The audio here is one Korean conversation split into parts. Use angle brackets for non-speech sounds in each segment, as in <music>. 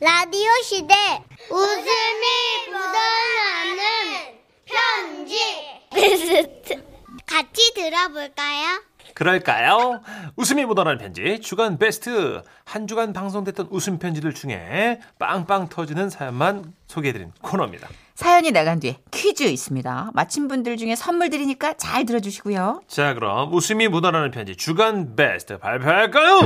라디오 시대 웃음이 묻어나는 편지 베스트 같이 들어볼까요? 그럴까요? 웃음이 묻어나는 편지 주간 베스트 한 주간 방송됐던 웃음 편지들 중에 빵빵 터지는 사연만 소개해드린 코너입니다. 사연이 나간 뒤에 퀴즈 있습니다. 맞힌 분들 중에 선물 드리니까 잘 들어주시고요. 자 그럼 웃음이 묻어나는 편지 주간 베스트 발표할까요?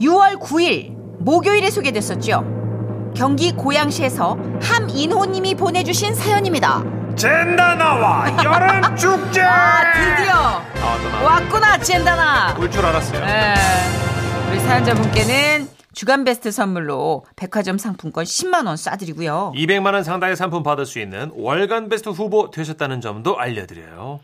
6월 9일 목요일에 소개됐었죠. 경기 고양시에서 함인호님이 보내주신 사연입니다. 젠다 나와 여름 축제. 아 드디어 나왔다 왔구나 젠다나. 나올줄 알았어요. 네. 우리 사연자분께는 주간 베스트 선물로 백화점 상품권 10만 원 쏴드리고요. 200만 원 상당의 상품 받을 수 있는 월간 베스트 후보 되셨다는 점도 알려드려요.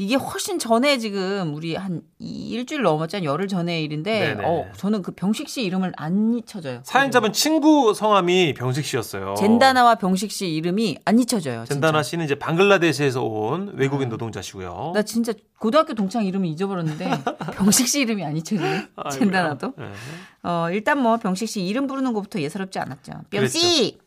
이게 훨씬 전에 지금 우리 한 이- 일주일 넘었잖아요. 열흘 전의 일인데 네네. 어, 저는 그 병식 씨 이름을 안 잊혀져요. 사연자분 친구 성함이 병식 씨였어요. 젠다나와 병식 씨 이름이 안 잊혀져요. 진짜. 젠다나 씨는 이제 방글라데시에서 온 외국인 노동자시고요. 나 진짜 고등학교 동창 <laughs> 이름을 잊어버렸는데 병식 씨 이름이 안 잊혀져요. 아이고야. 젠다나도. 네. 어, 일단 뭐 병식 씨 이름 부르는 것부터 예사롭지 않았죠. 병씨.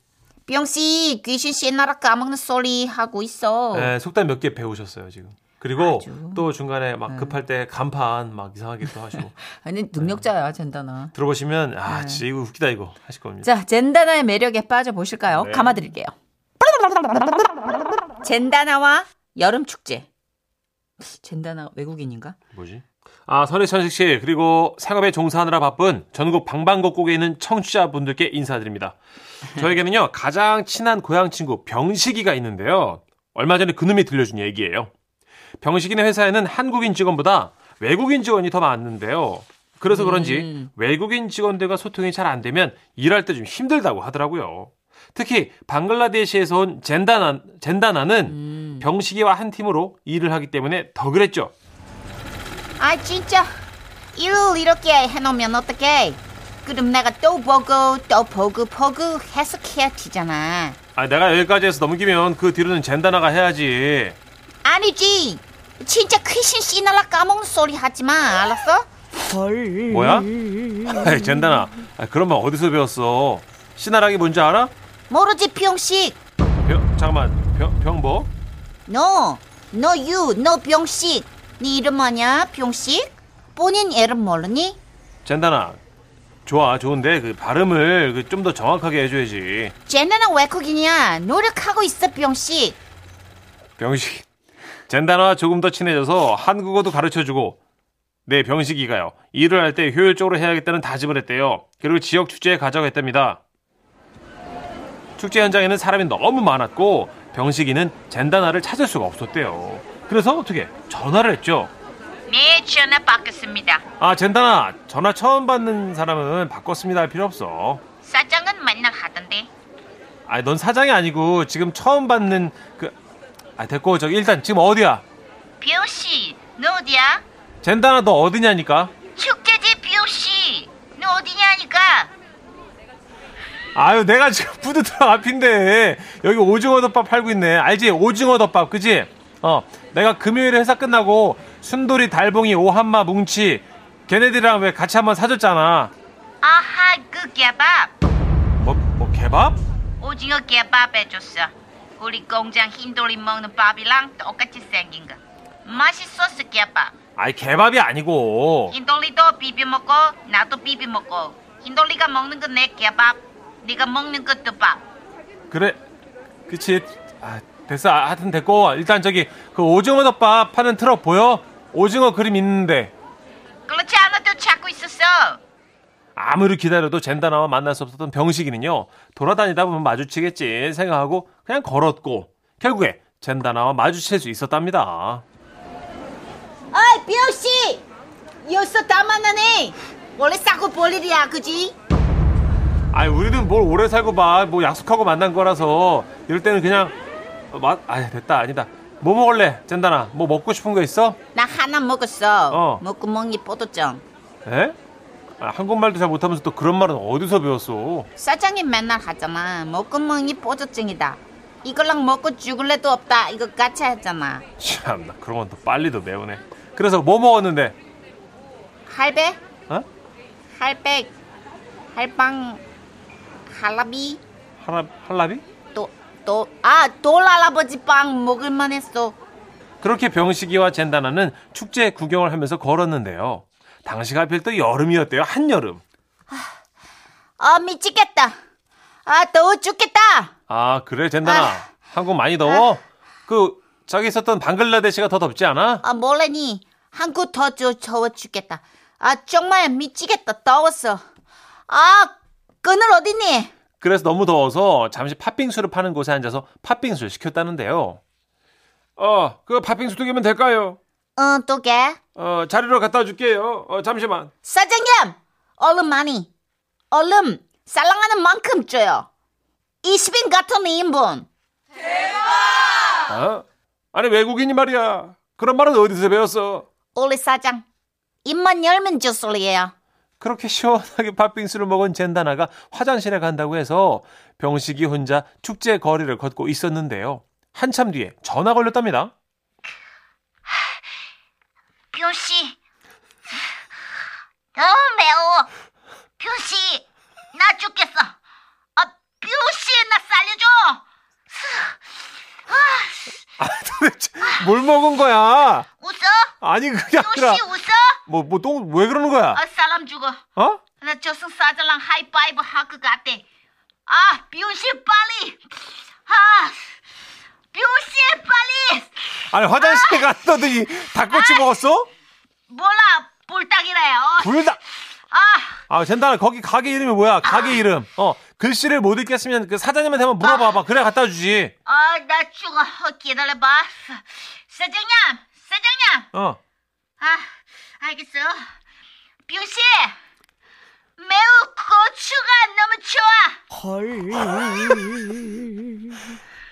병씨 귀신 씨 나라 까먹는 소리 하고 있어. 네, 속담 몇 개 배우셨어요 지금. 그리고 아주. 네. 또 중간에 막 급할 때 간판 막 이상하게 또 하시고 아니 능력자야 젠다나. 들어보시면 네. 아 진짜 이거 웃기다 이거 하실 겁니다. 자 젠다나의 매력에 빠져 보실까요? 네. 감아드릴게요. 젠다나와 여름 축제. 젠다나 외국인인가? 뭐지? 아 선혜천식 씨 그리고 생업에 종사하느라 바쁜 전국 방방곡곡에 있는 청취자분들께 인사드립니다. 저에게는요 가장 친한 고향 친구 병식이가 있는데요. 얼마 전에 그놈이 들려준 얘기예요. 병식이네 회사에는 한국인 직원보다 외국인 직원이 더 많는데요. 그래서 그런지 음. 외국인 직원들과 소통이 잘 안 되면 일할 때 좀 힘들다고 하더라고요. 특히 방글라데시에서 온 젠다나, 젠다나는 병식이와 한 팀으로 일을 하기 때문에 더 그랬죠. 아 진짜 일을 이렇게 해놓으면 어떡해 그럼 내가 또 보고 또 보고 보고 해석해야 되잖아 아, 내가 여기까지 해서 넘기면 그 뒤로는 젠다나가 해야지. 아니지 진짜 귀신 씨나라 까먹는 소리 하지마 알았어? 뭐야? <laughs> 아이, 젠다나. 아, 그런 말 어디서 배웠어? 시나락이 뭔지 알아? 모르지 병식 병, 잠깐만. 병, 병 뭐? 너 너유 너 병식 네 이름 뭐냐 병식? 본인 이름 모르니? 젠다나. 좋아, 좋은데 그 발음을 좀 더 정확하게 해줘야지. 쟤네는 외국인이야 노력하고 있어 병식 병식. 젠다나와 조금 더 친해져서 한국어도 가르쳐주고. 네, 병식이가요. 일을 할 때 효율적으로 해야겠다는 다짐을 했대요. 그리고 지역 축제에 가져가겠답니다. 축제 현장에는 사람이 너무 많았고 병식이는 젠다나를 찾을 수가 없었대요. 그래서 어떻게 전화를 했죠. 네 전화 받겠습니다 아 젠다나 전화 처음 받는 사람은 바꿨습니다 할 필요 없어. 사장은 맨날 하던데 아 넌 사장이 아니고 지금 처음 받는 그... 아 됐고 저기 일단 지금 어디야? 비오씨, 너 어디야? 젠다나 너 어디냐니까? 축제지 비오씨, 너 어디냐니까? 아유 내가 지금 <laughs> 푸드트럭 앞인데 여기 오징어 덮밥 팔고 있네 알지 오징어 덮밥 그지 어 내가 금요일에 회사 끝나고 순돌이 달봉이 오한마 뭉치 걔네들이랑 왜 같이 한번 사줬잖아 아하 그 개밥 뭐, 뭐 개밥 오징어 개밥 해줬어 우리 공장 흰돌이 먹는 밥이랑 똑같이 생긴 거 맛있었어 개밥 아이 개밥이 아니고 흰돌이도 비벼 먹고 나도 비벼 먹고 흰돌이가 먹는 건 내 개밥 네가 먹는 것도 밥 그래 그치 아 됐어 아, 하여튼 됐고 일단 저기 그 오징어 덮밥 파는 트럭 보여 오징어 그림 있는데 그렇지 않아도 찾고 있었어 아무리 기다려도 젠다나와 만날 수 없었던 병식이는요 돌아다니다 보면 마주치겠지 생각하고 그냥 걸었고 결국에 젠다나와 마주칠 수 있었답니다 어이, 비오씨! 여기서 다 만나네! 원래 싸고 볼 일이야, 그지? 아니 우리는 뭘 오래 살고 봐 뭐 약속하고 만난 거라서 이럴 때는 그냥 어, 맛 아니 됐다 아니다 뭐 먹을래 젠다나 뭐 먹고 싶은 거 있어? 나 하나 먹었어. 어. 먹고 먹니 포도점. 에? 아, 한국말도 잘 못하면서 또 그런 말은 어디서 배웠어 사장님 맨날 하잖아. 먹고 먹니 포도증이다. 이걸랑 먹고 죽을래도 없다. 이거 같이 했잖아. 참나 그런 건 또 빨리도 매우네 그래서 뭐 먹었는데 할배? 어? 할백? 할빵? 할라비 할라, 할라비? 또또아 돌할아버지 빵 먹을만 했어. 그렇게 병식이와 젠다나는 축제 구경을 하면서 걸었는데요. 당시가 하필 또 여름이었대요. 한여름. 아 미치겠다. 아 더워 죽겠다. 아, 그래, 젠다나. 아. 한국 많이 더워? 그, 저기 있었던 방글라데시가 더 덥지 않아? 아 몰래니 한국 더 저- 더워 죽겠다. 아 정말 미치겠다 더웠어. 아 그늘 어디니? 그래서 너무 더워서 잠시 팥빙수를 파는 곳에 앉아서 팥빙수를 시켰다는데요. 어, 그 팥빙수 두 개면 될까요? 응 또게 어, 자리로 갖다 줄게요. 어, 잠시만. 사장님 얼른 많이 얼른 사랑하는 만큼 줘요. 20인 같은 2인분. 어? 아니, 외국인이 말이야. 그런 말은 어디서 배웠어? 우리 사장 입만 열면 저 소리예요. 그렇게 시원하게 팥빙수를 먹은 젠다나가 화장실에 간다고 해서 병식이 혼자 축제 거리를 걷고 있었는데요. 한참 뒤에 전화 걸렸답니다. 표시 너무 매워 표시 나 죽겠어 아 표시 나 살려줘 아, 도대체 뭘 먹은 거야? 웃어 아니, 그게 아니라 표시 웃어 뭐, 뭐, 똥, 왜 그러는 거야? 아 사람 죽어 어? 나 저승 사자랑 하이파이브 할 것 같아. 아, 뷰시 빨리. 아, 뷰시 빨리. 아니, 화장실에 갔더니 닭꼬치 먹었어? 몰라, 불닭이래요. 불닭! 아, 아, 젠다나, 거기 가게 이름이 뭐야? 가게 이름. 어, 글씨를 못 읽겠으면 그 사장님한테 한번 물어봐봐. 그래, 갖다 주지. 아, 나 죽어. 어, 기다려봐. 사장님, 사장님. 어. 아, 알겠어. 뷰시. 매우 고추가 너무 좋아.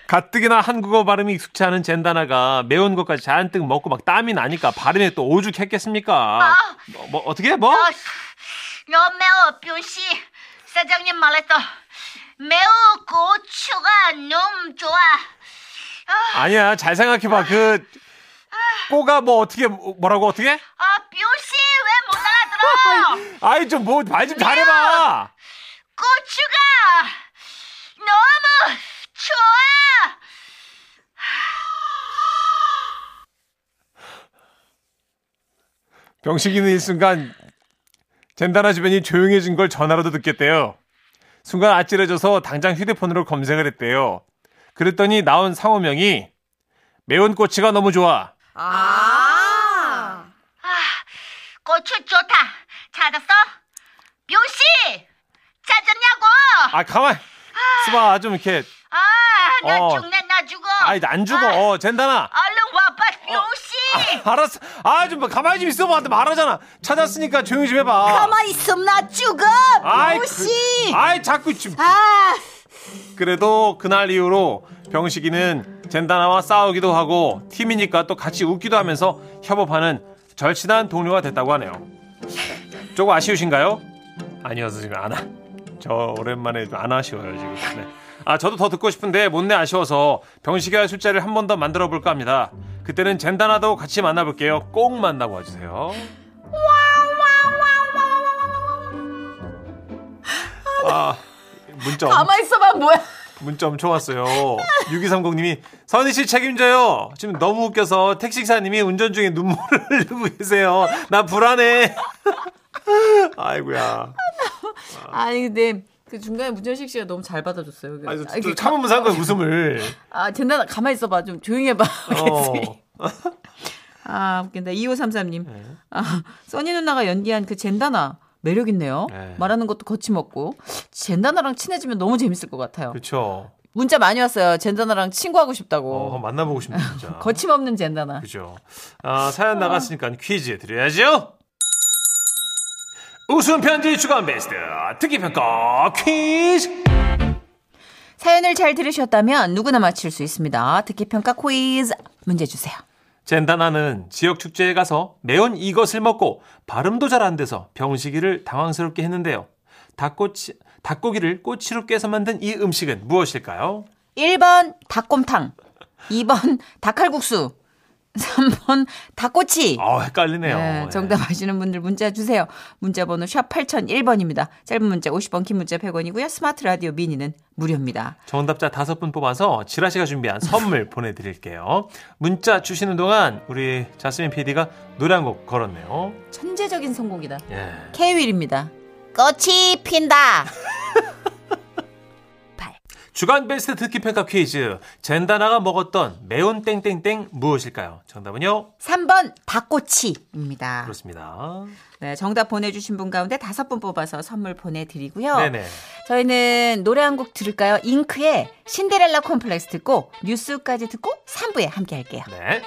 가뜩이나 한국어 발음이 익숙치 않은 젠다나가 매운 것까지 잔뜩 먹고 막 땀이 나니까 발음이 또 오죽했겠습니까? 뭐, 뭐, 어떻게 뭐? 어, 너무 매워, 뷰씨. 사장님 말했어. 매우 고추가 너무 좋아. 어, 아니야 잘 생각해봐 그 꼬가 뭐 어떻게 뭐라고 어떻게? 아, 뷰씨 왜 못 알아들어? 아이 좀 뭐 말 좀 잘해봐. 고추가 너무 좋아. 병식이는 일순간 젠다나 주변이 조용해진 걸 전화로도 듣겠대요. 순간 아찔해져서 당장 휴대폰으로 검색을 했대요. 그랬더니 나온 상호명이 매운 꼬치가 너무 좋아. 고추 좋다. 찾았어? 뷰씨 찾았냐고? 아 가만 스바 좀 이렇게 아, 나 어. 죽네, 나 죽어. 아이 안 죽어 아, 어, 젠다나 얼른 와봐, 뷰씨. 알았어 아 좀 가만히 좀 있어봐 나한테 말하잖아 찾았으니까 조용히 좀 해봐 가만히 있으면 나 죽어. 아이, 무시. 그, 아이 자꾸 지금 아. 그래도 그날 이후로 병식이는 젠다나와 싸우기도 하고 팀이니까 또 같이 웃기도 하면서 협업하는 절친한 동료가 됐다고 하네요 조금 아쉬우신가요? 아니어서 지금 안 아. 저 오랜만에 좀 안 아쉬워요 지금 네. 아 저도 더 듣고 싶은데 못내 아쉬워서 병식이와 술자리를 한 번 더 만들어 볼까 합니다 그때는 젠다나도 같이 만나볼게요 꼭 만나고 와주세요 아 문자 엄청 가만히 있어봐 뭐야. 문자 엄청 왔어요. 6230님이 선희 씨 책임져요. 지금 너무 웃겨서 택시기사님이 운전 중에 눈물을 <laughs> 흘리고 계세요. 나 불안해. <laughs> 아이고야. 아니 근데 그 중간에 문전식 씨가 너무 잘 받아줬어요. 아니, 저- 이렇게 저 참으면서 한 <laughs> 거야, 웃음을. 아, 젠다 가만히 있어봐. 좀 조용히 해봐. 어. 계속. 아, 웃긴다. 2533님. 네. 아, 써니 누나가 연기한 그 젠다나. 매력있네요. 네. 말하는 것도 거침없고. 젠다나랑 친해지면 너무 재밌을 것 같아요. 그쵸. 문자 많이 왔어요. 젠다나랑 친구하고 싶다고. 어, 만나보고 싶네, 진짜. 아, 거침없는 젠다나. 그죠. 아, 사연 나갔으니까 퀴즈 드려야죠. 웃음 편지 주간 베스트 특기 평가 퀴즈. 사연을 잘 들으셨다면 누구나 맞힐 수 있습니다. 듣기평가 퀴즈 문제 주세요. 젠다나는 지역 축제에 가서 매운 이것을 먹고 발음도 잘 안 돼서 병식이를 당황스럽게 했는데요. 닭꼬치, 닭고기를 꼬치로 깨서 만든 이 음식은 무엇일까요? 1번 닭곰탕, 2번 닭칼국수, 3번 닭꼬치. 아, 헷갈리네요. 네, 예. 정답 아시는 분들 문자 주세요. 문자 번호 샵 8001번입니다. 짧은 문자 50원, 긴 문자 100원이고요. 스마트 라디오 미니는 무료입니다. 정답자 다섯 분 뽑아서 지라씨가 준비한 선물 <laughs> 보내드릴게요. 문자 주시는 동안 우리 자스민 PD가 노래 한 곡 걸었네요. 천재적인 선곡이다. 예. 케윌입니다. 꽃이 핀다. 주간 베스트 듣기 평가 퀴즈. 젠다나가 먹었던 매운 땡땡땡 무엇일까요? 정답은요? 3번 닭꼬치입니다. 그렇습니다. 네, 정답 보내주신 분 가운데 다섯 분 뽑아서 선물 보내드리고요. 네네. 저희는 노래 한 곡 들을까요? 잉크의 신데렐라 콤플렉스 듣고 뉴스까지 듣고 3부에 함께 할게요. 네.